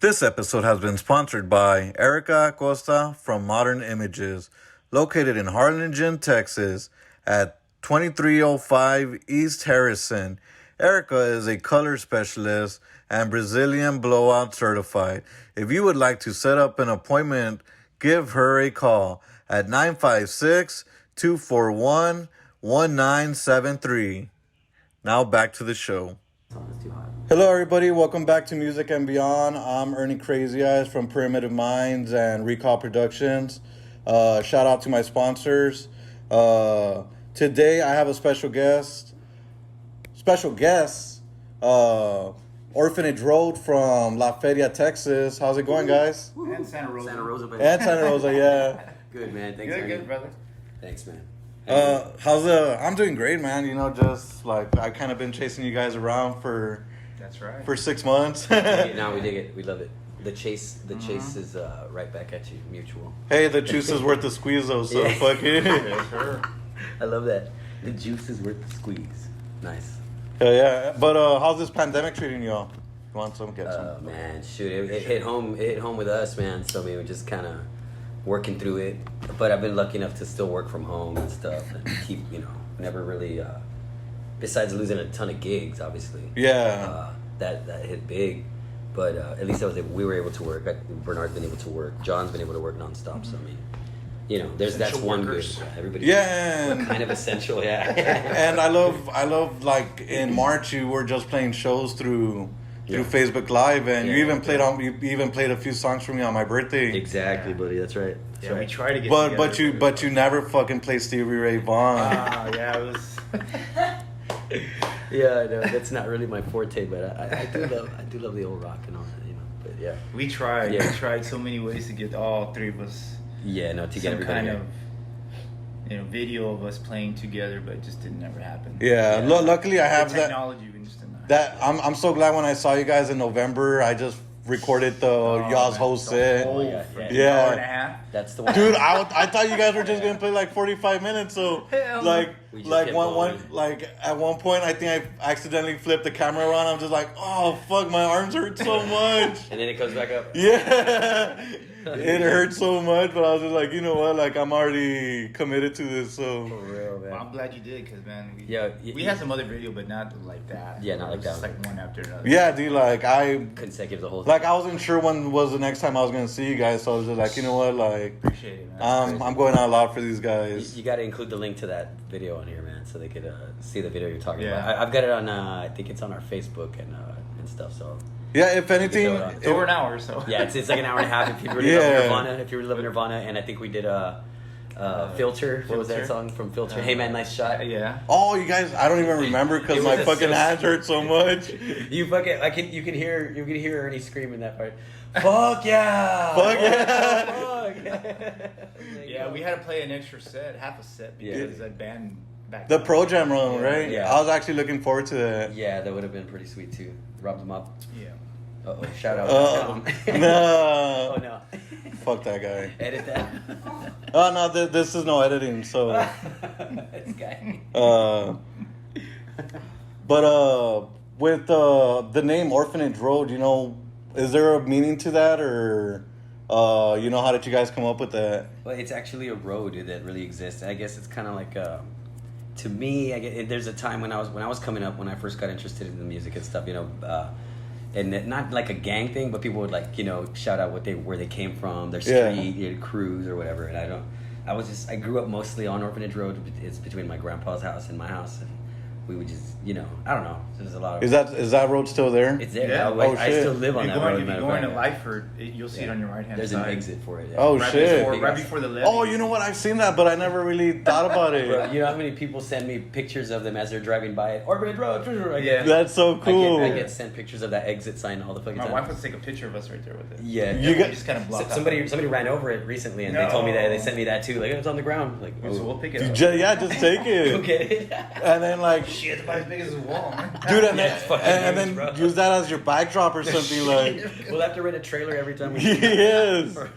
This episode has been sponsored by Erica Acosta from Modern Images, located in Harlingen, Texas, at 2305 East Harrison. Erica is a color specialist and Brazilian blowout certified. If you would like to set up an appointment, give her a call at 956 241 1973. Now back to the show. Hello, everybody. Welcome back to Music and Beyond. I'm Ernie Crazy Eyes from Primitive Minds and Recall Productions. Uh, shout out to my sponsors. Uh, today, I have a special guest. Special guest, uh, Orphanage Road from La Feria, Texas. How's it going, guys? And Santa Rosa. Santa Rosa, but And Santa Rosa, yeah. good man. Thanks, Good, Ernie. good, brother. Thanks, man. Uh, how's the? I'm doing great, man. You know, just like I kind of been chasing you guys around for That's right. for six months. Yeah, now we dig it. We love it. The chase, the Mm-hmm. chase is uh, right back at you. Mutual. Hey, the juice is worth the squeeze, though. So Yeah. fuck it. Hell Yes, sir. I love that. The juice is worth the squeeze. Nice. yeah. But uh, how's this pandemic treating y'all? You want some? Get some. Uh, man, shoot, it, it hit home. It hit home with us, man. So I mean, we're just kind of working through it. But I've been lucky enough to still work from home and stuff, and keep you know, never really. Uh, besides losing a ton of gigs, obviously. yeah. uh, that that hit big. But uh, at least I was able, we were able to work. Like, Bernard's been able to work. John's been able to work nonstop. So I mean, you know, there's that's Essential one good. workers. Everybody, Yeah, and- kind of essential. Yeah, and I love, I love. Like in March, you were just playing shows through through Yeah. Facebook Live, and you Yeah, even yeah. played on, you even played a few songs for me on my birthday. exactly, buddy. That's right. That's Yeah, we right. try to get. But together, but you but you never fucking played Stevie Ray Vaughan. Uh, Ah, yeah, it was. yeah, I know. That's not really my forte, but I, I, I do love I do love the old rock and all that. You know, but yeah, We tried. Yeah. We tried so many ways to get all three of us yeah, no, to get some everybody. kind here. of you know video of us playing together, but it just didn't ever happen. yeah. lu- luckily, I have the that. technology. We just didn't. have. That I'm I'm so glad when I saw you guys in November. I just recorded the Oh, y'all's man, whole the set. whole Yeah, freaking yeah. hour and a half. That's the one. Dude, I, would- I thought you guys were just gonna play like 45 minutes. So Hell no. like We just like kept one one going. like at one point I think I accidentally flipped the camera around. I'm just like, oh fuck, my arms hurt so much. and then it comes back up. yeah, it hurt so much. But I was just like, you know what? Like I'm already committed to this. So real, man. Well, I'm glad you did, cause man, we, Yeah, y- y- we had some other video, but not like that. Yeah, not It was like just that. like one after another. yeah, dude. Like I Consecutive the whole. like I wasn't sure when was the next time I was gonna see you guys. So I was just like, you know what? Like appreciate it, man. um, I'm going out loud for these You, guys. you got to include the link to that video on here, man, so they could uh, see the video you're talking Yeah. about. I, I've got it on. Uh, I think it's on our Facebook and uh, and stuff. So Yeah, if anything, throw it on. it's over an hour, so yeah, it's, it's like an hour and a half. If you really Yeah. love Nirvana, if you really love Nirvana, and I think we did a. Uh, filter. What was that Filter? Uh, song from Filter? hey man, nice shot. yeah. Oh, you guys, I don't even remember It because was my just fucking so- hands hurt so much. You fucking. I can. You can hear. You can hear Ernie screaming that part. Fuck yeah. Fuck yeah. Fuck yeah. Yeah, we had to play an extra set, half a set, because that band back. The Pro Jam room, Yeah. right? Yeah. I was actually looking forward to that. Yeah, that would have been pretty sweet too. Robbed them up. Yeah. Uh oh. Shout out. Uh, no. oh no. Fuck that guy. Edit that. Oh no, th- this is no editing. So, this guy. uh, but uh, with uh, the name Orphanage Road, you know, is there a meaning to that, or uh, you know, how did you guys come up with that? Well, it's actually a road that really exists. I guess it's kind of like, um, to me, I get, there's a time when I was when I was coming up when I first got interested in the music and stuff, you know, uh, and it- not like a gang thing, but people would like you know shout out what they where they came from, their Yeah. street, their crews or whatever. And I don't, I was just I grew up mostly on Orphanage Road. It's between my grandpa's house and my house, and we would just you know I don't know. There's a lot of Is that is that road still there? it's there. Yeah. I, I Oh, shit. still live If on you're that going, road. if matter you're of going to fact. Lyford, it, you'll see it Yeah. on your right hand There's side. an exit for it. yeah. Oh, right shit. Before, right before the left. Oh, you know what? I've seen that, but I never really thought about it. Bro, you know how many people send me pictures of them as they're driving by it? Orbited Road. I get- Yeah. That's so cool. I get, I get sent pictures of that exit sign all the fucking My time. wife wants to take a picture of us right there with it. yeah. You We got- just kind of So- blocked. out. somebody somebody ran over it recently and they told me that they sent me that too. Like it was on the ground. Like So we'll oh, pick it You up. ju- yeah, just take it. go get it. And then like, Shit, it's about as big as a wall. man. dude, and, Yeah, then- it's fucking and, and huge, then bro. use that as your backdrop or something like. we'll have to rent a trailer every time. We yes.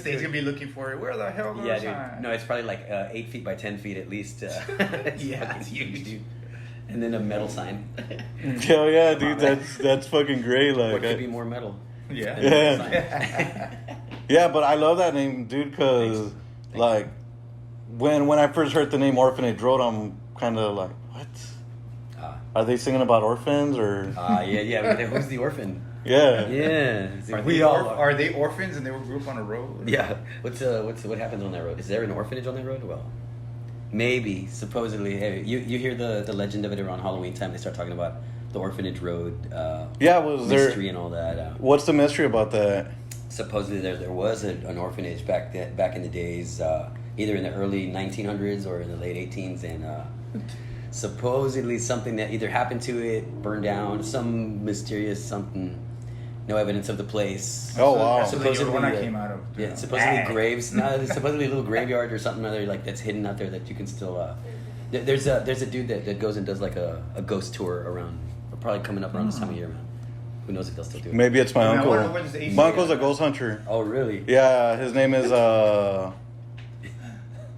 thing's gonna be looking for it. Where the hell? goes yeah, I? dude. No, it's probably like uh, eight feet by ten feet at least. Uh, it's Yeah. fucking huge, dude. And then a metal sign. Hell yeah, dude. That's that's fucking great. Like, what could be I, more metal? Yeah. Yeah. Yeah, but I love that name, dude, because Thanks. Thank like when when I first heard the name Orphanage Road, I'm kind of like, what? Ah, Are they singing about orphans or? ah, yeah, yeah. but Who's the orphan? yeah. Yeah, Are we they all orph- are. are they orphans and they were grew up on a road? Yeah. What's uh, what's what happens on that road? Is there an orphanage on that road? Well, maybe. Supposedly, hey, you you hear the the legend of it around Halloween time. They start talking about the orphanage road. Uh, Yeah, was there- mystery and all that? Uh, What's the mystery about that? supposedly there there was a, an orphanage back then, back in the days, uh, either in the early 1900s or in the late 18s, and uh, supposedly something that either happened to it, burned down, some mysterious something. No evidence of the place. Oh, wow. That's the one I uh, came out of. Yeah, supposedly Ah. graves. No, there's supposedly a little graveyard or something other like that's hidden out there that you can still. Uh, th- there's a there's a dude that, that goes and does like a, a ghost tour around. Probably coming up around this time of year, man. Who knows if they'll still do it? Maybe it's my Yeah, I uncle. wonder what is the my ACL. uncle's a ghost hunter. Oh really? Yeah, his name is uh.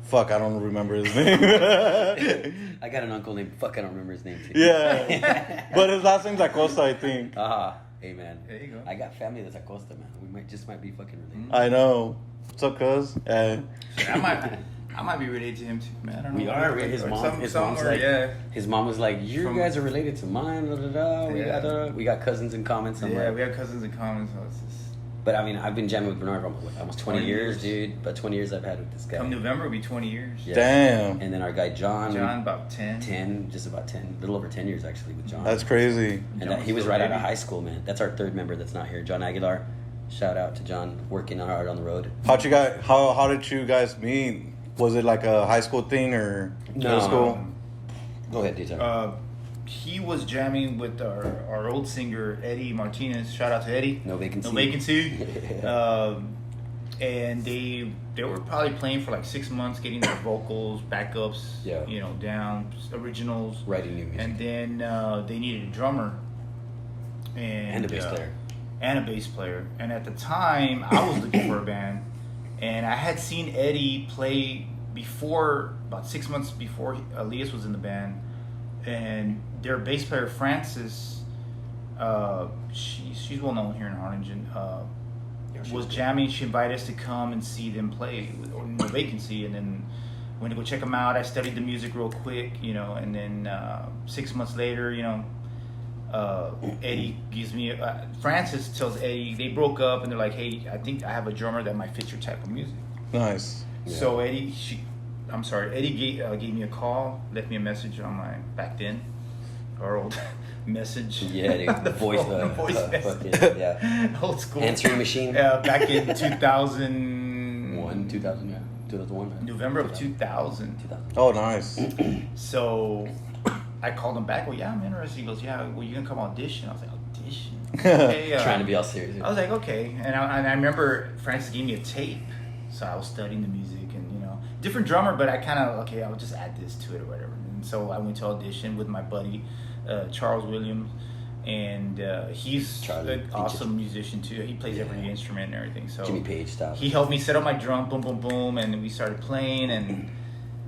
Fuck, I don't remember his name. I got an uncle named Fuck. I don't remember his name too. yeah, but his last name's Acosta, I think. Ah, amen. There you go. I got family that's Acosta, man. We might just might be fucking related. I know. What's up, cuz? Yeah. Shit, I might, I might be related to him too, man. I don't know. We are. His mom. Mm. Some- his some mom's are, like. yeah. His mom was like, "You From- guys are related to mine." Da, da, da. We, Yeah. got, da, da. we got cousins in common somewhere. Yeah, we have cousins in common, so it's just. But I mean, I've been jamming with Bernard for almost, like, almost 20, 20 years, years. dude. But 20 years I've had with this guy. Come November, it'll be 20 years. Yeah. Damn, And then our guy John, John, about 10. 10, just about 10, little over 10 years actually with John. that's crazy. And that, he was John's right out of baby. high school, man. That's our third member that's not here, John Aguilar. Shout out to John, working hard on the road. How'd you guys? How how did you guys meet? Was it like a high school thing or middle No. school? Um, Go ahead, DJ. Uh, he was jamming with our, our old singer, Eddie Martinez. Shout out to Eddie. No vacancy. No vacancy. um, and they they were probably playing for like six months, getting their vocals, backups, Yeah. you know, down, originals. Writing new music. And then uh, they needed a drummer and, And a bass uh, player. and a bass player. And at the time, I was looking for a band, and I had seen Eddie play before about six months before Elias was in the band, and their bass player Francis, uh, she, she's well known here in Harlingen. Uh, she was jamming. She invited us to come and see them play with- or no vacancy, and then went to go check them out. I studied the music real quick, you know, and then uh, six months later, you know, uh, Eddie gives me uh, Francis tells Eddie they broke up, and they're like, "Hey, I think I have a drummer that might fit your type of music." Nice. So Eddie, she, I'm sorry, Eddie gave, uh, gave me a call, left me a message on my back then, our old message. Yeah, The dude. voice, phone, uh, voice uh, message. fucking, yeah. old school Answering machine. Yeah, back in 2000. One, 2000, yeah. 2001. man. November of 2000. 2000. Oh, nice. So I called him back. Well, yeah, I'm interested. He goes, yeah, well, you can come audition. I was like, audition? Okay, uh, Trying to be all serious. I was like, okay. And I, and I remember Francis gave me a tape. So I was studying the music and, you know, different drummer, but I kind of, okay, I'll just add this to it or whatever. And so I went to audition with my buddy, uh, Charles Williams. And uh, he's Charlie. an awesome musician, too. He plays every Yeah. instrument and everything. So Jimmy Page style. he helped me set up my drum, boom, boom, boom, and we started playing. And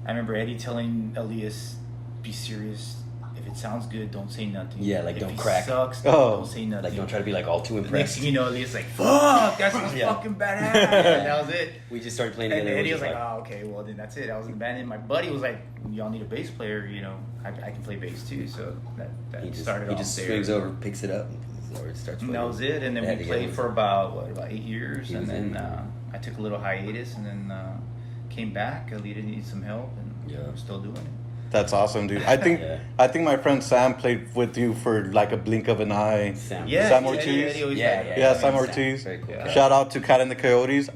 I remember Eddie telling Elias, "Be serious. If it sounds good, don't say nothing. Yeah, like, if don't it crack. Sucks. Oh. Don't say nothing. like, don't try to be like all too The next impressed. thing you know, Elias like, "Fuck, that sounds Yeah. fucking badass." And that was it. We just started playing And together. Eddie It was like, just "Oh, okay. Well, then that's it. I was in the band." And my buddy was like, "Y'all need a bass player. You know, I, I can play bass too." So that, that he just, "Oh, started he off just there. swings over, picks it up, or it starts. And that was it, and then Yeah, we together. played for about what about eight years, He and was in. then uh, I took a little hiatus, and then uh, came back. Alita needed some help, and Yeah. we're still doing it. That's awesome, dude. I think Yeah. I think my friend Sam played with you for like a blink of an eye. Sam. Yeah, Sam Eddie- Ortiz? Eddie always Yeah, had- yeah, Yeah, Sam Sam Sam. uh, Ortiz. Very cool. Yeah. Shout out to Cat and the Coyotes.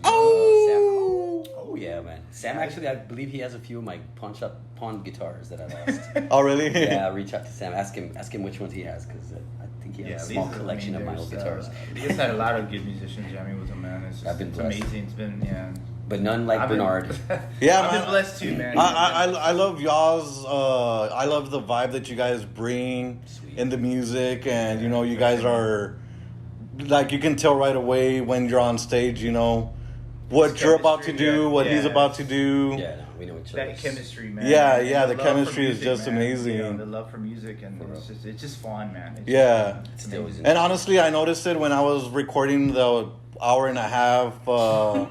Oh, Oh, Sam. Oh yeah, man. Sam actually, I believe he has a few of my pawn shop pawn guitars that I lost. oh really? yeah, reach out to Sam. Ask him. Ask him which ones he has because uh, I think he has Yeah, a Alita's- small I mean, collection of my old there's, guitars. Uh, Alita's had a lot of good musicians jamming with him, man. It's just I've been it's blessed. amazing. It's been yeah. But none like I've been- Bernard. Yeah, I've man. been blessed too, man. I, I, I, I love y'all's uh, I love the vibe that you guys bring Sweet. in the music and you know you guys are like you can tell right away when you're on stage you know what It's you're about to chemistry, do yeah. what he's Yeah. about to do Yeah, no, we we know each other. that chemistry, man. Yeah, And yeah, the love for chemistry is just man. amazing. You know, the love for music and For it's real. just it's just fun, man. It's Yeah. just Still amazing. And honestly, I noticed it when I was recording the hour and a half. Uh,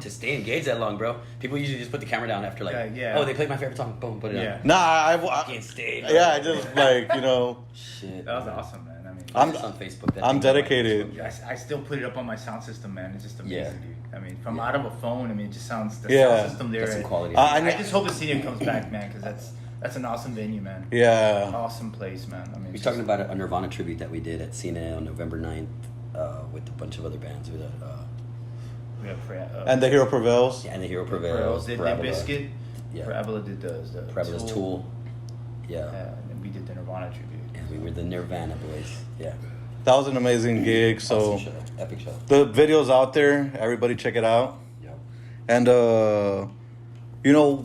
To stay engaged that long, bro. People usually just put the camera down after like, Yeah, yeah. oh, they played my favorite song, boom, put it Yeah. on. nah, I, I, Can't stay. bro. yeah, I just like you know, Shit. That was man. awesome, man. I mean, I'm- It's on Facebook. that I'm thing, bro. dedicated. I, I still put it up on my sound system, man. It's just amazing, Yeah. dude. I mean, from out of a phone, I mean, it just sounds the Yeah. sound system there. That's some quality. I, I I just hope the stadium comes back, man, because that's that's an awesome venue, man. yeah, Awesome place, man. I mean, We're it's Uh, talking just- about a Nirvana tribute that we did at CNA on November 9th uh, with a bunch of other bands. With a, uh, we have Pre- uh, and the hero prevails. yeah, and the Hero Pearls Prevails. did Parabola, Limp Biscuit. Yeah. Parabola did the, the Parabola's Tool. Yeah. Yeah, and then we did the Nirvana tribute. And we were the Nirvana boys. Yeah. That was an amazing gig. So Awesome show. Epic show. the video's out there. Everybody check it out. Yeah. And uh, you know,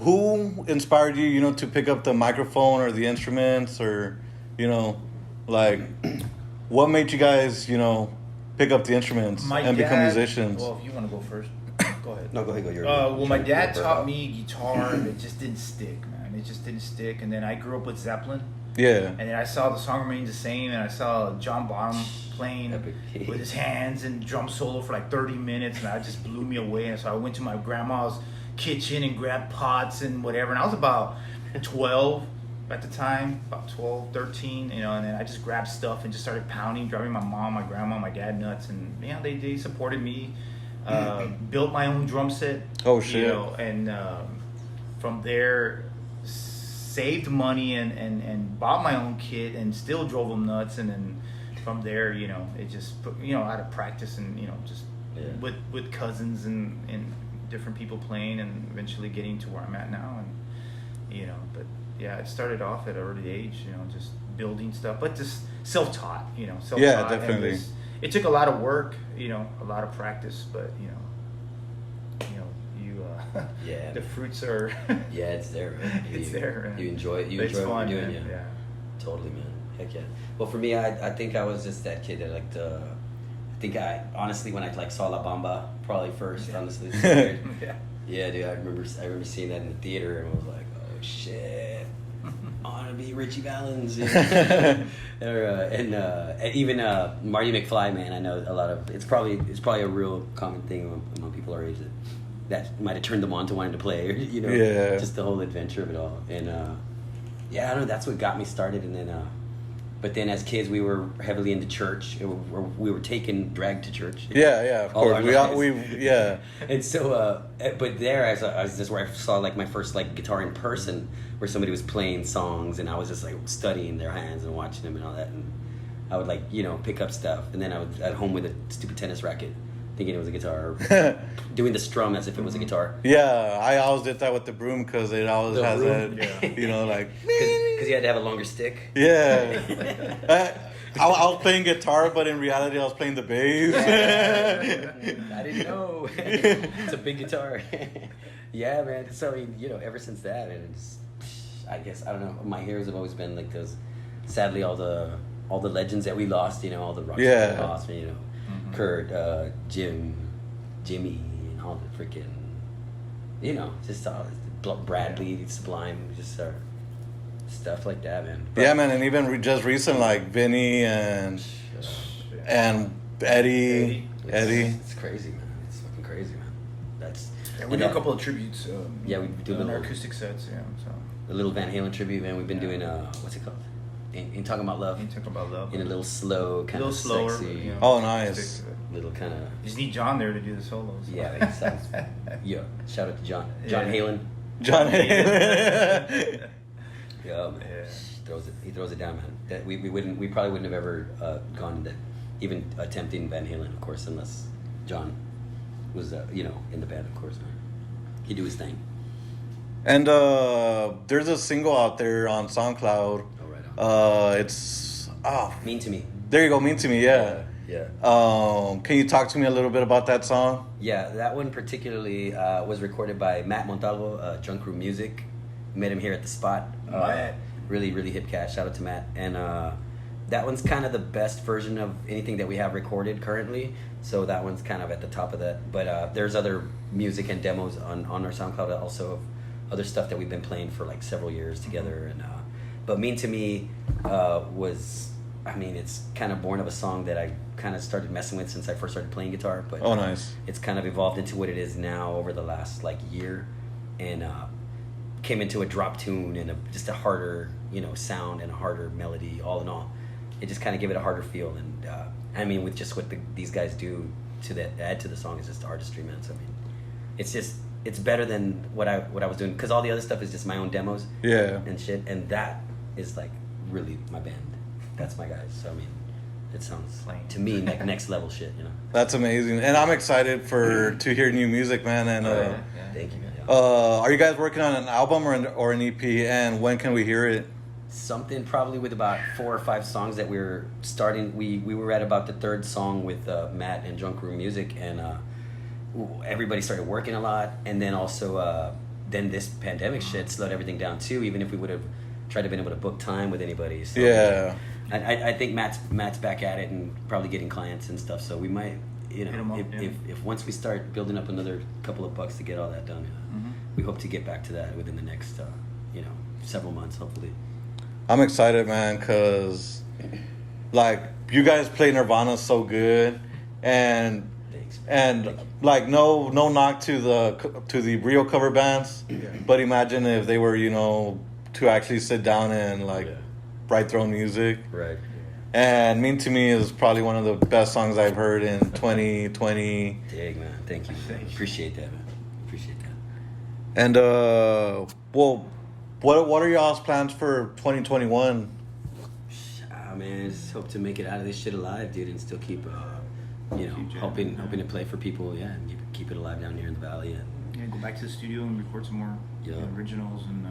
who inspired you? You know, to pick up the microphone or the instruments, or you know, like what made you guys, you know, pick up the instruments and become dad- musicians? Well, if you want to go first, go ahead. No, go ahead, go. You're, Uh, well, my you're- dad you're- taught me guitar, and it just didn't stick, man. It just didn't stick. And then I grew up with Zeppelin, yeah, and then I saw the song remains the same, and I saw John Bonham playing Epic. with his hands and drum solo for like 30 minutes, and that just blew me away. And so I went to my grandma's kitchen and grabbed pots and whatever. And I was about 12 at the time, about 12, 13, you know. And then I just grabbed stuff and just started pounding, driving my mom, my grandma, my dad nuts, and you know they they supported me. Uh, built my own drum set. Oh, You shit. know, and um, from there saved money and, and, and bought my own kit and still drove them nuts and then from there you know it just put, you know out of practice and you know just Yeah. with with cousins and, and different people playing and eventually getting to where I'm at now and you know but yeah it started off at an early age you know just building stuff but just self-taught you know self-taught and definitely. just- it took a lot of work you know a lot of practice but you know you know you uh, Yeah. the fruits are Yeah, it's there. Man. It's You- there, man. You enjoy it. You It's enjoy what fun, you're doing. man. Yeah. Yeah. Totally, man. Heck yeah. Well, for me, I, I think I was just that kid that like the. I think I honestly when I like saw La Bamba probably first. Yeah. Honestly, it's weird. yeah. yeah, dude. I remember I remember seeing that in the theater and I was like, oh shit. I want to be Richie Valens, you know? or, uh, and uh, and even uh, Marty McFly, man. I know a lot of it's probably it's probably a real common thing among, among people our age that that might have turned them on to wanting to play, you know, Yeah. just the whole adventure of it all. And uh, yeah, I don't know. That's what got me started. And then, uh, but then as kids, we were heavily into church. We were, we were taken dragged to church. yeah, yeah. Of Oh, All course, our we all, lives. we yeah. And so, uh, eh, but there, as I, I was just where I saw like my first like guitar in person, where somebody was playing songs, and I was just like studying their hands and watching them and all that, and I would like you know pick up stuff, and then I was at home with a stupid tennis racket, thinking it was a guitar, or doing the strum as if it was a guitar. Yeah, I always did that with the broom because it always The has broom, that, yeah. you know, like Because you had to have a longer stick. yeah. I, I was playing guitar, but in reality, I was playing the bass. I didn't know. it's a big guitar. yeah, man. So I mean, you know, ever since that, and it's, I guess I don't know. My heroes have always been like those. Sadly, all the all the legends that we lost, you know, all the rock stars Yeah. we lost, you know, Mm-hmm. Kurt, uh, Jim, Jimmy, and all the freaking, you know, just all Bl- Bradley, Sublime, just uh, stuff like that, man. yeah, man, and even re- just recent, like Vinny and Shut up. and Eddie, Eddie. It's- Eddie. It's crazy, man. It's fucking crazy, man. That's Yeah, and we do a that- couple of tributes. Um, Yeah, we do on little- our acoustic sets. Yeah, so the little Van Halen tribute, man. We've been doing uh, what's it called? In, in talking about love, you talk about love. in a little slow, a kind little of slower. sexy, but, you know, Oh, nice. acoustic. little kind of You just need John there to do the solos. yeah. It sounds, yeah. Shout out to John, John Yeah. Halen. John. Yeah. Yeah, oh, man. Yeah. He throws it. He throws it down, man. That we, we wouldn't. We probably wouldn't have ever uh, gone to that, even attempting Van Halen, of course, unless John was uh, you know in the band, of course, man. He do his thing. and uh, there's a single out there on SoundCloud. Oh, All right. on. Uh, it's oh, mean to me. there you go, Mean to Me. Yeah. Yeah. Um, can you talk to me a little bit about that song? Yeah, that one particularly uh, was recorded by Matt Montalvo, uh, Junk Room Music. Met him here at the spot. Uh, Matt. Really, really hip cat. Shout out to Matt. And uh, that one's kind of the best version of anything that we have recorded currently. So that one's kind of at the top of that. But uh, there's other music and demos on, on our SoundCloud also of other stuff that we've been playing for like several years together. And uh, but Mean to Me uh, was, I mean, it's kind of born of a song that I kind of started messing with since I first started playing guitar. But Oh, nice. it's kind of evolved into what it is now over the last like year and uh, came into a drop tune and a, just a harder you know sound and a harder melody all in all it just kind of gave it a harder feel and uh, i mean with just what the, these guys do to that add to the song is just artistry man so i mean it's just it's better than what i what i was doing because all the other stuff is just my own demos Yeah. and shit and that is like really my band that's my guys so i mean it sounds Lame. to me like next level shit you know That's amazing, and I'm excited for to hear new music, man. And Mm-hmm. Oh, uh, yeah. thank you man. uh, are you guys working on an album or an, or an EP? And when can we hear it? something probably with about four or five songs that we were starting we we were at about the third song with uh, matt and junk room music and uh, w- everybody started working a lot and then also uh, then this pandemic Mm-hmm. shit slowed everything down too even if we would have tried to been able to book time with anybody so Yeah. I, I, I think matt's matt's back at it and probably getting clients and stuff so we might you Hit 'em know up, if, yeah. if, if once we start building up another couple of bucks to get all that done uh, Mm-hmm. Mm-hmm. we hope to get back to that within the next uh, you know several months hopefully I'm excited, man, because like you guys play Nirvana so good, and Thanks. and like no no knock to the co- to the real cover bands, but imagine if they were you know to actually sit down and like Yeah. write their own music. Right. And Mean to Me is probably one of the best songs I've heard in 2020. Dig, man. Thank you. Thank you. Appreciate that, man. Appreciate that. And uh, well, what what are y'all's plans for 2021? Ah, man, just hope to make it out of this shit alive, dude, and still keep, uh, you know, Keep jamming, hoping man. hoping to play for people, yeah, and keep, keep it alive down here in the valley, and Yeah, go back to the studio and record some more you know, Yeah. originals and. Uh,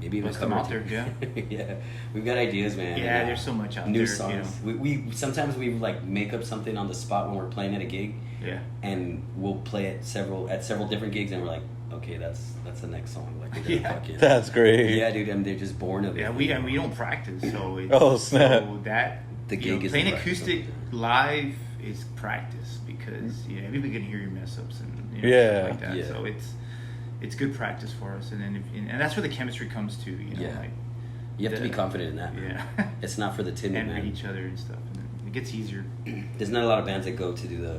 maybe even Bust 'em cover out there, it. yeah. yeah. We've got ideas, man. Yeah, and, uh, there's so much out new there, you songs. We, we sometimes we like make up something on the spot when we're playing at a gig, yeah. and we'll play it several at several different gigs, and we're like, okay, that's that's the next song. Like, we're gonna Yeah. fucking- That's great. yeah, dude, and they're just born of it. Yeah, we and we don't practice, so it's, Oh, snap. So that The you know, gig is playing the practice acoustic of live is practice because yeah, everybody can hear your mess ups and you know, Yeah. stuff like that. Yeah. So it's it's good practice for us, and then if, and, and that's where the chemistry comes to. You know, Yeah. like You have to be the- confident in that. man. yeah, It's not for the timid and read man. each other and stuff, and then it gets easier. There's not a lot of bands that go to do the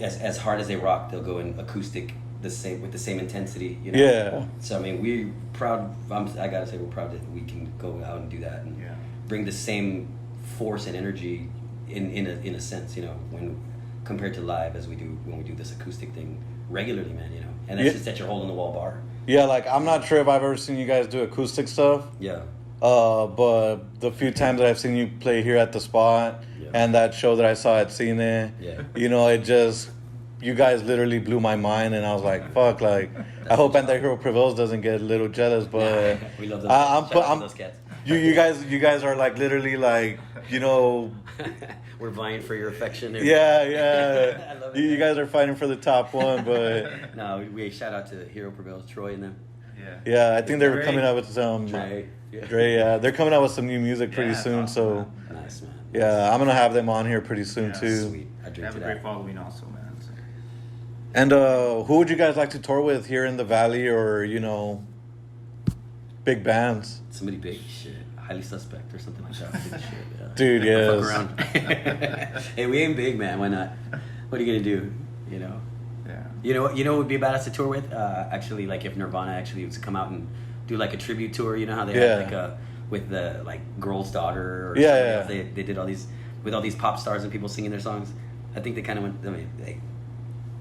as as hard as they rock, they'll go in acoustic the same with the same intensity. You know? Yeah. So I mean, we're proud. I'm, I gotta say, we're proud that we can go out and do that and Yeah. bring the same force and energy in in a, in a sense, you know, when compared to live as we do when we do this acoustic thing regularly, man. You know, and that's Yeah. just at your hole in the wall bar. Yeah, like I'm not sure if I've ever seen you guys do acoustic stuff, Yeah. uh, but the few times that I've seen you play here at the spot Yeah. and that show that I saw at Cine, Yeah. you know, it just you guys literally blew my mind, and I was like, fuck, like I hope Antihero Prevails doesn't get a little jealous, but we love those. I, I'm, shout out put, to I'm those cats. you you guys you guys are like literally like you know We're vying for your affection. and- yeah yeah I love it, you, you man. guys are fighting for the top one, but No, we- we shout out to Hero Prevails, Troy and them. Yeah. yeah, I think they were Dre. coming out with some. Dre. Yeah. Dre, yeah, they're coming out with some new music pretty Yeah, soon, awesome, so. man. Nice man. Yeah, I'm gonna have them on here pretty soon Yeah. too. Sweet. I They drink have to a great that. following, also, man. So. And uh, who would you guys like to tour with here in the valley, or you know, big bands? Somebody big shit. Highly suspect or something like that. Big shit, yeah. Dude, Don't yes. Fuck around. hey, we ain't big, man. Why not? What are you gonna do? You know. Yeah. You know. You know what would be badass to tour with? Uh, actually, like if Nirvana actually was to come out and do like a tribute tour. You know how they Yeah. had like a with the like girl's daughter. Or Yeah, somebody yeah. else. They they did all these with all these pop stars and people singing their songs. I think they kind of went. I mean, they,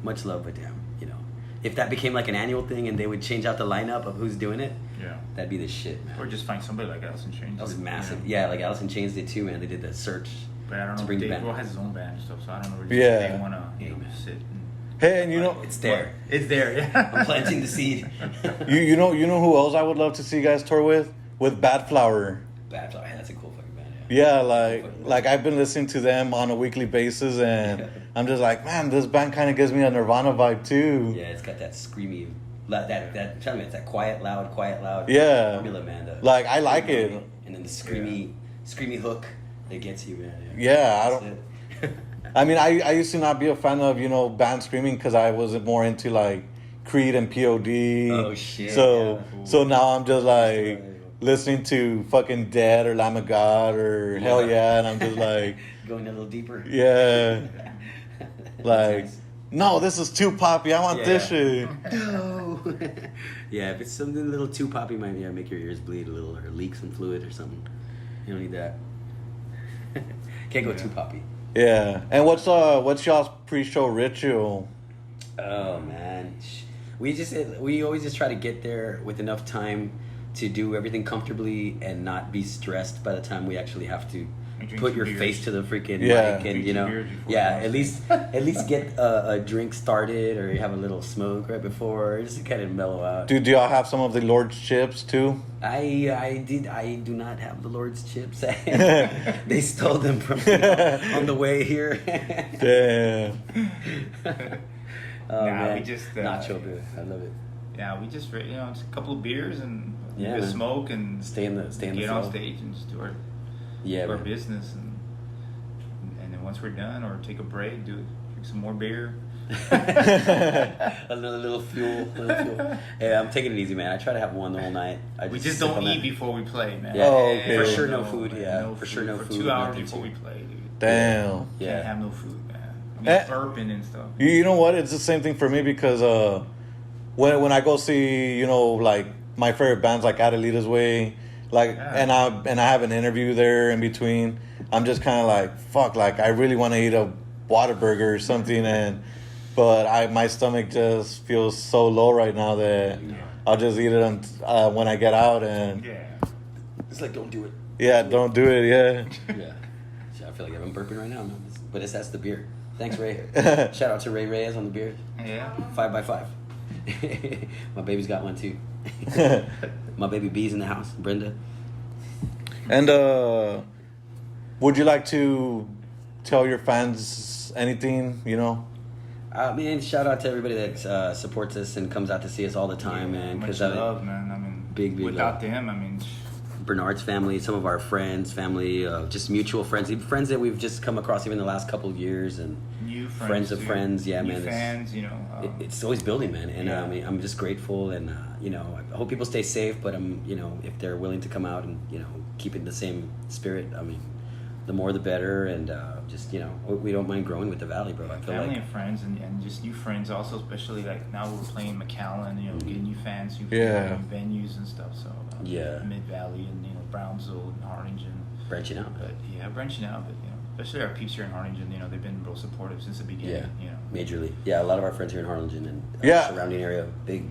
much love, but damn, you know, if that became like an annual thing and they would change out the lineup of who's doing it, Yeah. that'd be the shit, man. Or just find somebody like us and change. That was it, you massive. know. Yeah, like Allison Chains did too, man. They did that search. But I don't to know. bring the Dave band. Grohl has his own band and stuff, so I don't know. If Yeah. They wanna you know, Yeah. sit. And, Hey, and you know, It's there. It's there. Yeah. I'm planting the seed. you you know, you know who else I would love to see you guys tour with? With Bad Flower. Bad Flower. That's a cool fucking band. Yeah. Yeah, like like I've been listening to them on a weekly basis, and I'm just like, man, this band kind of gives me a Nirvana vibe too. Yeah, it's got that screamy, la- that that. Tell me, it's that quiet, loud, quiet, loud. Yeah. Formula, man. The, Like I like it. And then the screamy, screamy hook that gets you, man. Yeah, I That's don't- it. I mean, I, I used to not be a fan of you know band screaming because I was more into like Creed and POD. Oh, shit, So yeah. so now I'm just like right. listening to fucking Dead or Lamb of God or Hell Yeah. Yeah, and I'm just like going a little deeper. yeah, That's like nice. no, this is too poppy. I want this Yeah. shit. no. yeah, if it's something a little too poppy, might yeah make your ears bleed a little or leak some fluid or something. You don't need that. Can't go too poppy. Yeah. And what's uh what's y'all's pre-show ritual? Oh man, Sh- we just we always just try to get there with enough time to do everything comfortably and not be stressed by the time we actually have to And drink put some your beers. face to the freaking Yeah. mic Drink and you some know beers before yeah at you go. least at least get a, a drink started or you have a little smoke right before just to kind of mellow out. Do do y'all have some of the Lord's chips too? I I did I do not have the Lord's chips. they stole them from me on the way here. Damn. oh, Nah, man. we just, uh, nacho beer. I love it. Yeah, we just you know just a couple of beers and a Yeah, bit of man. smoke and Stay in the stay in the get on flow. stage and just do our Yeah, do our man. business and and then once we're done or take a break, do drink some more beer. a little, little fuel. Little fuel. Yeah, I'm taking it easy, man. I try to have one the whole night. I We just sip don't on eat that. before we play, man. Yeah. Oh, okay. For sure, no man, food, yeah. no For sure, no for food, Two hours nothing before too. we play, dude. Damn. Can't Yeah. have no food, man. I mean, Eh. burping and stuff. You, you know what? It's the same thing for me because uh, when when I go see you know like my favorite bands like Adelita's Way, like Yeah. and I and I have an interview there in between. I'm just kind of like fuck, like I really want to eat a Whataburger or something, and but I my stomach just feels so low right now that I'll just eat it on, uh, when I get out and yeah. Yeah. It's like don't do it. don't do it, yeah. Yeah. Shit, I feel like I'm burping right now, man. This- but it's that's the beer. Thanks, Ray. Shout out to Ray Reyes on the beer. Yeah. Five by five. My baby's got one too. My baby B's in the house, Brenda. And uh, would you like to tell your fans anything? You know. Uh, man, shout out to everybody that uh, supports us and comes out to see us all the time, man. Much Because love, man. I mean, Big, big without love. them, I mean, sh- Bernard's family, some of our friends, family, uh, just mutual friends, even friends that we've just come across even the last couple of years, and new friends, Friends of dude. friends, yeah, new man, it's- fans, you know. it, Um, it's always building, man. And uh, Yeah. I mean, I'm just grateful, and uh, you know, I hope people stay safe. But I'm, you know, if they're willing to come out and you know keep it the same spirit, I mean, the more the better, and uh, just you know, we- we don't mind growing with the valley, bro. I feel family like and friends and, and just new friends also especially like now we're playing McAllen you know Mm-hmm. getting new fans new, Yeah. new venues and stuff so uh, Yeah. Mid Valley and you know Brownsville and Harlingen branching out. but yeah branching out but you know especially our peeps here in Harlingen you know they've been real supportive since the Yeah, beginning you know majorly. Yeah, a lot of our friends here in Harlingen and uh, Yeah. surrounding area. Big,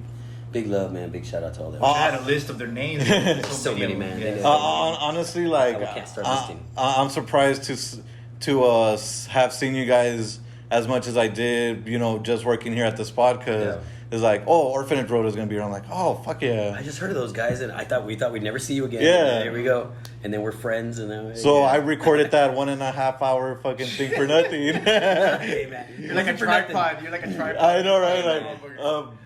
big love, man. Big shout out to all them. Oh, I had a list of their names There's So many, of them. man. They Uh, yeah. just- hon- honestly, like I can't start I, listing. I, am surprised to s- to uh, s- have seen you guys as much as I did. You know, just working here at this spot because Yeah. it's like, oh, Orphanage Road is gonna be around. Like, oh, fuck yeah. I just heard of those guys, and I thought we thought we'd never see you again. Yeah. there we go, and then we're friends, and then So yeah. I recorded that one and a half hour fucking thing for nothing. Hey, man. you're like a For nothing. tripod you're like a tripod I know, right? Like, um,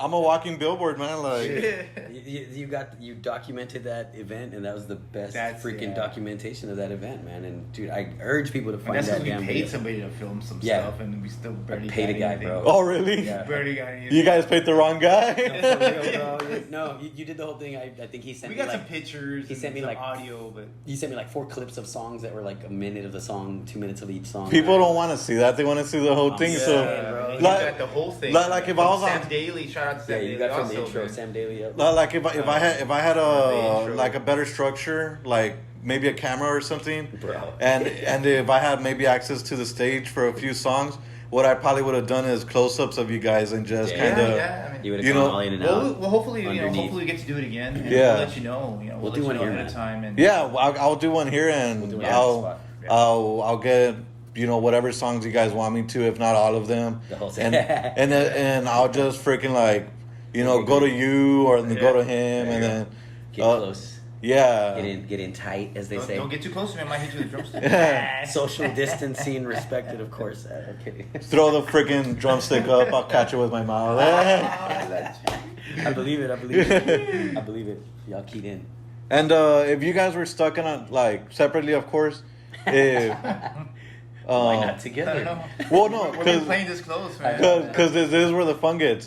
I'm a walking billboard, man. Like, You, you- you got you documented that event, and that was the best That's- freaking yeah. documentation of that event, man. And dude, I urge people to And find that's that because damn we paid video. somebody to film some Yeah. stuff and we still barely paid got a guy, anything. bro. oh really? Yeah. barely got anything You guys paid the wrong For guy. real, bro. You- No, you, you did the whole thing. I, I think he sent we me got like some pictures he and sent me, some like, audio but you sent me like four clips of songs that were like a minute of the song, two minutes of each song. People don't want to see that; they want to see the whole I'm thing. Yeah, So. bro. you Like- got the whole thing. like- like if I was Sam on- Daly, shout out to Yeah, you Sam Daly got from the also, intro, man. Sam Daly. Yep. Li- Like if I, if I had if I had Uh, a intro. like a better structure, like maybe a camera or something, Bro. and and if I had maybe access to the stage for a few songs, what I probably would have done is close ups of you guys and just Yeah. Yeah, kind of yeah, I mean, You would you have gone know- all in and well, we- out. well, hopefully, you know, underneath. hopefully we get to do it again. And Yeah. We'll let you know. You know, We'll we'll, do let one you know here, ahead of man. time. And Yeah, well, I'll, I'll do one here, and do one I'll on the spot. Yeah. I'll I'll get you know whatever songs you guys want me to, if not all of them, The whole thing. and and then- and I'll just freaking like you know go to you or then go to him, and then Get uh, close. yeah, Get in. Get in tight, as they don't, say. don't get too close to me. I might hit you with a Yeah. drumstick. Social distancing respected, of course. Uh, okay. throw the freaking drumstick up, I'll catch it with my mouth. I believe it. I believe it. I believe it. Y'all keyed in. And uh, if you guys were stuck in a like separately, of course. If Why um, not I don't together? know. well, no, We've been because playing this close, man. because this is where the fun gets.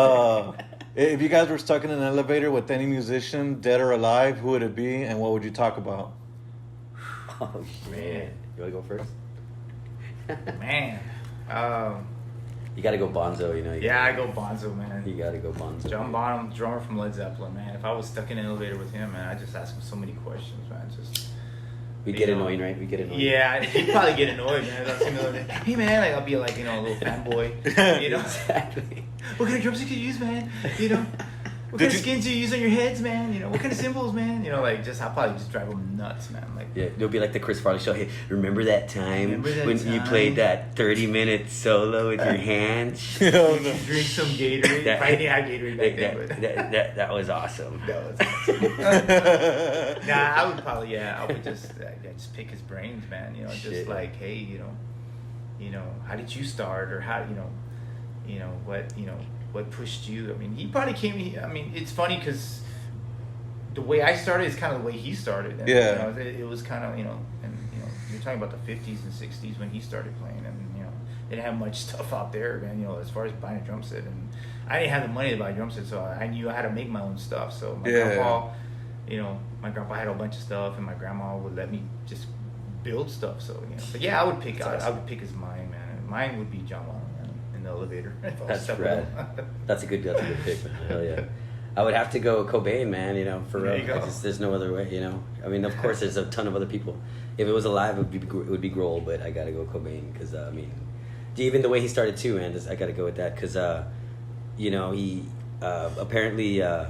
Uh, if you guys were stuck in an elevator with any musician, dead or alive, who would it be, and what would you talk about? Oh man, you wanna go first? Man, um, You gotta go Bonzo. You know. You yeah, I go Bonzo, gotta- You man. gotta go Bonzo. John Bonham, drummer from Led Zeppelin, man. If I was stuck in an elevator with him, man, I would just ask him so many questions, man. Just We get you know. annoying, right? We get annoying. yeah, he'd probably get annoyed, man. If I was in the elevator. Hey, man, like, I'll be like, you know, a little fanboy, you know. Exactly. What kind of drumsticks do you use, man? You know, what Did kind you- of skins do you use on your heads, man? You know, what kind of cymbals, man? You know, like just I'll probably just drive them nuts, man. Like, Yeah, it'll be like the Chris Farley show. Hey, remember that time Remember that when you time? played that 30 minute solo with your hands? You know, no. drink some Gatorade. That- Probably didn't have Gatorade back Like, that, then, but that, that, that was awesome. that was. Nah, I would probably yeah. I would just uh, yeah, just pick his brains, man. You know, just Shit. like hey, you know, you know, how did you start, or how you know, you know what you know what pushed you. I mean, he probably came. He, I mean, it's funny because the way I started is kind of the way he started. And, Yeah. you know, it, it was kind of you know, and you know, you're talking about the '50s and '60s when he started playing, and you know, they didn't have much stuff out there, man. You know, as far as buying a drum set, and I didn't have the money to buy a drum set, so I knew I had to make my own stuff. So my Yeah. grandpa, you know, my grandpa had a bunch of stuff, and my grandma would let me just build stuff. So you know, but yeah, I would pick. That's I, I awesome. would pick his mind, man. And mine would be John Lennon man, in the elevator. if I was That's stuck with him. rad. That's a good, that's a good pick. Hell yeah. I would have to go Cobain, man. You know, for There real. you go. I just, there's no other way. You know, I mean, of course, there's a ton of other people. If it was alive, it would be Gr- it would be Grohl, but I gotta go Cobain because uh, I mean, d- even the way he started too, man. Just, I gotta go with that because uh, you know he uh, apparently uh,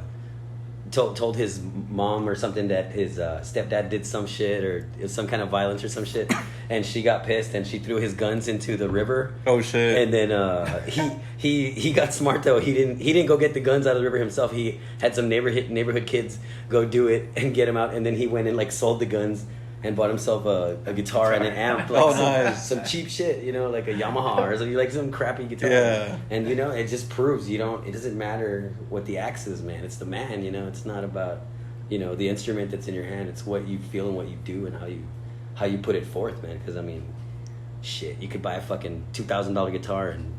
told told his mom or something that his uh, stepdad did some shit or some kind of violence or some shit, and she got pissed and she threw his guns into the river. oh shit! And then uh, he he he got smart though. He didn't he didn't go get the guns out of the river himself. He had some neighborhood neighborhood kids go do it and get him out. And then he went and like sold the guns and bought himself a, a guitar and an amp, like Oh, some, nice. some cheap shit, you know, like a Yamaha or something, like some crappy guitar. Yeah. And you know, it just proves you don't. It doesn't matter what the axe is, man. It's the man. You know, it's not about you know the instrument that's in your hand. It's what you feel and what you do and how you how you put it forth, man. Because I mean, shit, you could buy a fucking two thousand dollar guitar and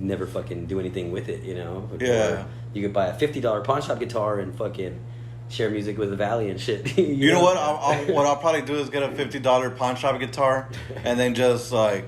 never fucking do anything with it, you know? Yeah. Or you could buy a fifty dollar pawn shop guitar and fucking share music with the valley and shit. you, You know what? I'll, I'll, what I'll probably do is get a fifty dollar pawn shop guitar, and then just like,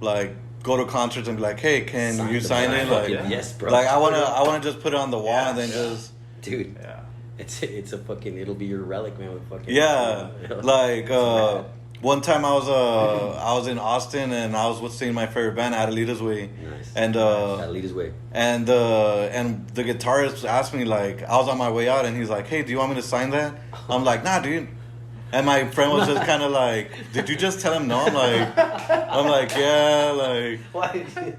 like go to concerts and be like, "Hey, can Sign you the sign fucking- it?" Like, yes, bro. Like I wanna, I wanna just put it on the wall Yeah. and then just, dude. Yeah. It's it's a fucking it'll be your relic, man. With fucking yeah. Like uh, rad. one time I was uh, I was in Austin and I was with seeing my favorite band, Adelita's Way, Nice. and uh, Gotta lead his way. and uh, and the guitarist asked me like I was on my way out and he's like, "Hey, do you want me to sign that?" I'm like, "Nah, dude." And my friend was just kind of like, "Did you just tell him no?" I'm like, "I'm like, yeah, like, Why?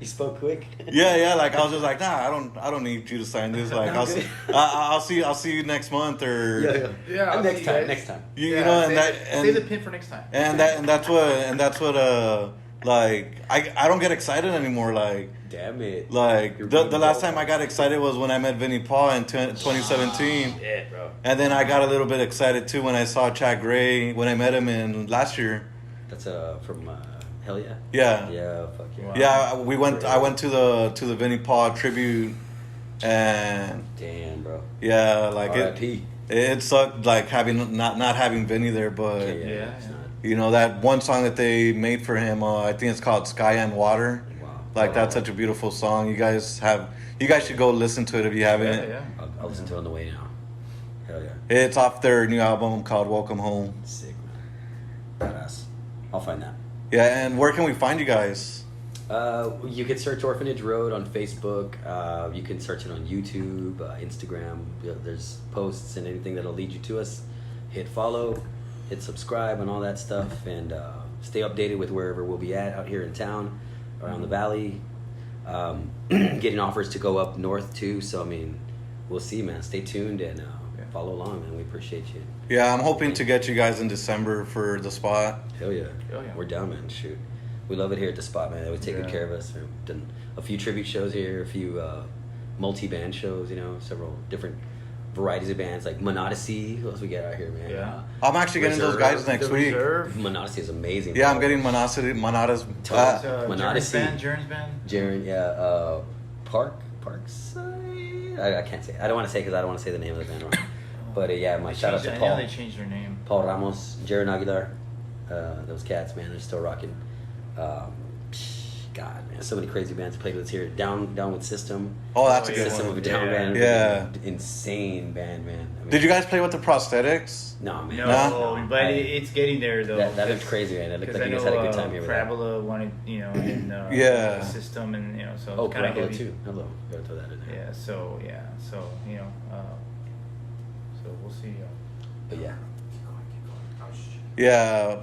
you spoke quick. yeah, yeah." Like I was just like, "Nah, I don't, I don't need you to sign this. Like, I'll see, I, I'll see, I'll see you next month or Yeah, I'll next see you time. guys. Next time. you, Yeah, you know." save, And that it- and, save the pin for next time. and that and that's what and that's what uh like I I don't get excited anymore like. Damn it. Like You're the, being the last bold. time I got excited was when I met Vinnie Paul in 10 2017. Yeah, bro. And then I got a little bit excited too when I saw Chad Gray when I met him in last year. That's uh from uh, Hell Yeah. Yeah. yeah. Yeah, fuck yeah. Wow. we went I went to the to the Vinnie Paul tribute and Damn, bro. yeah, like it, R.I.P. it sucked like having not not having Vinnie there, but Yeah, yeah, Yeah, it's yeah. not. you know that one song that they made for him, uh, I think it's called Sky and Water. Wow. Like that's such a beautiful song. You guys have you guys should go listen to it if you haven't. Yeah, yeah. I'll, I'll listen to it on the way now. Hell yeah. It's off their new album called Welcome Home. Sick, man. Badass. I'll find that. Yeah, and where can we find you guys? Uh, you can search Orphanage Road on Facebook. Uh, you can search it on YouTube, uh, Instagram. You know, There's posts and anything that'll lead you to us. Hit follow, hit subscribe, and all that stuff. And uh, stay updated with wherever we'll be at out here in town, around the valley. Um, getting offers to go up north too. So I mean, we'll see, man. Stay tuned and uh, Yeah. follow along, man. We appreciate you. Yeah, I'm hoping to get you guys in December for the spot. Hell yeah. Hell Oh, yeah. We're down, man. Shoot. We love it here at the spot, man. They always take good Yeah. care of us. We've done a few tribute shows here, a few uh, multi band shows, you know, several different varieties of bands like Monodyssey. Who else we get out here, man? Yeah. Uh, I'm actually getting those guys Reserve. next The week. Reserve. Monodyssey is amazing. Yeah, bro. I'm getting Monosity, Monadas. Totally. Uh, Uh, Jern's Monodyssey. band. Jern's band. Jaren, yeah, uh, Park, Parkside. I, I can't say. I don't want to say because I don't want to say the name of the band wrong. But uh, yeah, my They shout out changed- to I know Paul, they changed their name. Paul Ramos, Jaren Aguilar, uh, those cats, man, they're still rocking. Um, God, man, so many crazy bands played with us here. Down, down with System. oh, that's a Oh, good System one. of a Down Yeah. band. Yeah. insane band, man. I mean, Did you guys play with the prosthetics? No, man. No, Nah. but I- it, it's getting there though. That, that looked Because- crazy, man. That looked because like I you guys know, had a good uh, time here. with that. Parabola wanted, you know, and uh, Yeah. the system, and you know, so Oh, it's kind Parabola of too. Hello, gotta throw that in there. Yeah, so yeah, so you know, uh, so we'll see. Uh, But yeah, Yeah.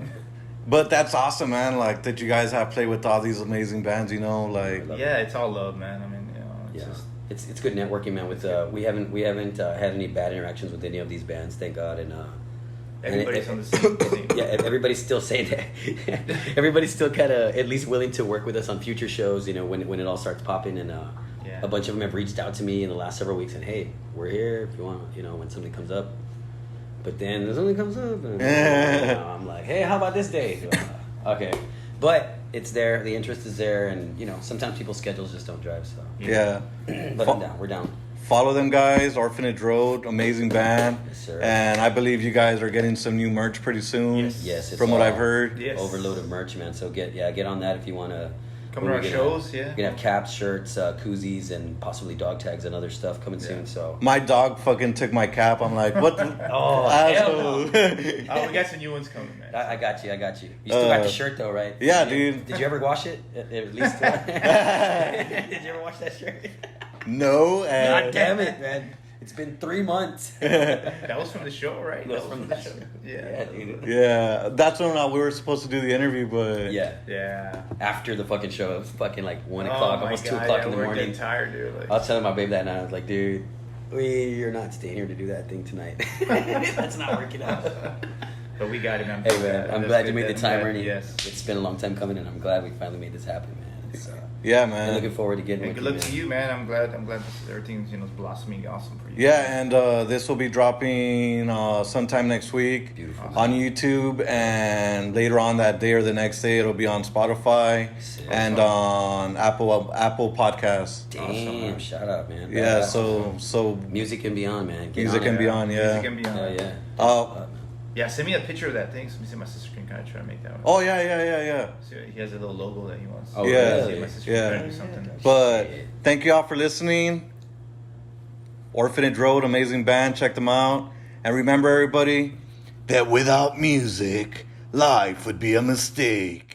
But that's awesome, man. Like that you guys have played with all these amazing bands, you know, like Love yeah, it's all love, man. I mean, you know, it's yeah. just It's it's good networking, man. With uh, we haven't we haven't uh, had any bad interactions with any of these bands, thank God. And uh, and it- everybody's it- on the same thing. yeah, ev- everybody's still saying that. everybody's still kind of at least willing to work with us on future shows. You know, when when it all starts popping, and uh, Yeah. a bunch of them have reached out to me in the last several weeks and hey, we're here if you want. You know, when something comes up. But then when something comes up, and you know, I'm like, hey, how about this day? Uh, okay, but it's there. The interest is there, and you know, sometimes people's schedules just don't drive. So, yeah. but I'm down. We're down. Follow them guys, Orphanage Road, amazing band. Yes, sir. And I believe you guys are getting some new merch pretty soon. Yes. Yes, it's From what all I've heard. Yes. overload of merch, man. So get yeah, get on that if you want to. Come to our shows, yeah. We're gonna have caps, shirts, uh, koozies, and possibly dog tags and other stuff coming Yeah. soon. So My dog fucking took my cap. I'm like, what the Oh, hell asshole? Oh, we got some new ones coming, man. I, I got you, I got you. You still got Uh, the shirt though, right? yeah, Did you- dude. Did you ever wash it? At, at least. did you ever wash that shirt? no and Uh, God damn it, man! It's been three months. that was from the show, right? That was from the show. Yeah. dude. Yeah. That's when I, we were supposed to do the interview, but Yeah. Yeah. After the fucking show, it was fucking like one Oh o'clock, my almost two God, o'clock yeah, in the we're morning. getting tired, dude. Like, I was telling my babe that night, I was like, dude, we are not staying here to do that thing tonight. That's not working out. but we got it, man. Hey man, I'm That's glad you good made the that- time, that- Ernie. Yes. It's been a long time coming, and I'm glad we finally made this happen, man. It's, uh, Yeah, I'm man. looking forward to getting Hey, with good you, luck man. to you, man. I'm glad. I'm glad this, everything's you know blossoming awesome for you. Yeah, and uh, this will be dropping uh, sometime next week Beautiful. on YouTube, and later on that day or the next day, it'll be on Spotify Sick. and on Apple Apple Podcasts. Damn, shout out, man. Yeah, That's so awesome. so music and beyond, man. Get music on and it. beyond. Music Yeah. and beyond. Hell yeah. Uh, Yeah, send me a picture of that thing. So me see my sister can kind of try to make that one. oh yeah, yeah, yeah, yeah. See, he has a little logo that he wants. Oh, Yeah. See, my really? Oh, sister Yeah. can do something. But Shit. thank you all for listening. Orphanage Road, amazing band. Check them out. And remember, everybody, that without music, life would be a mistake.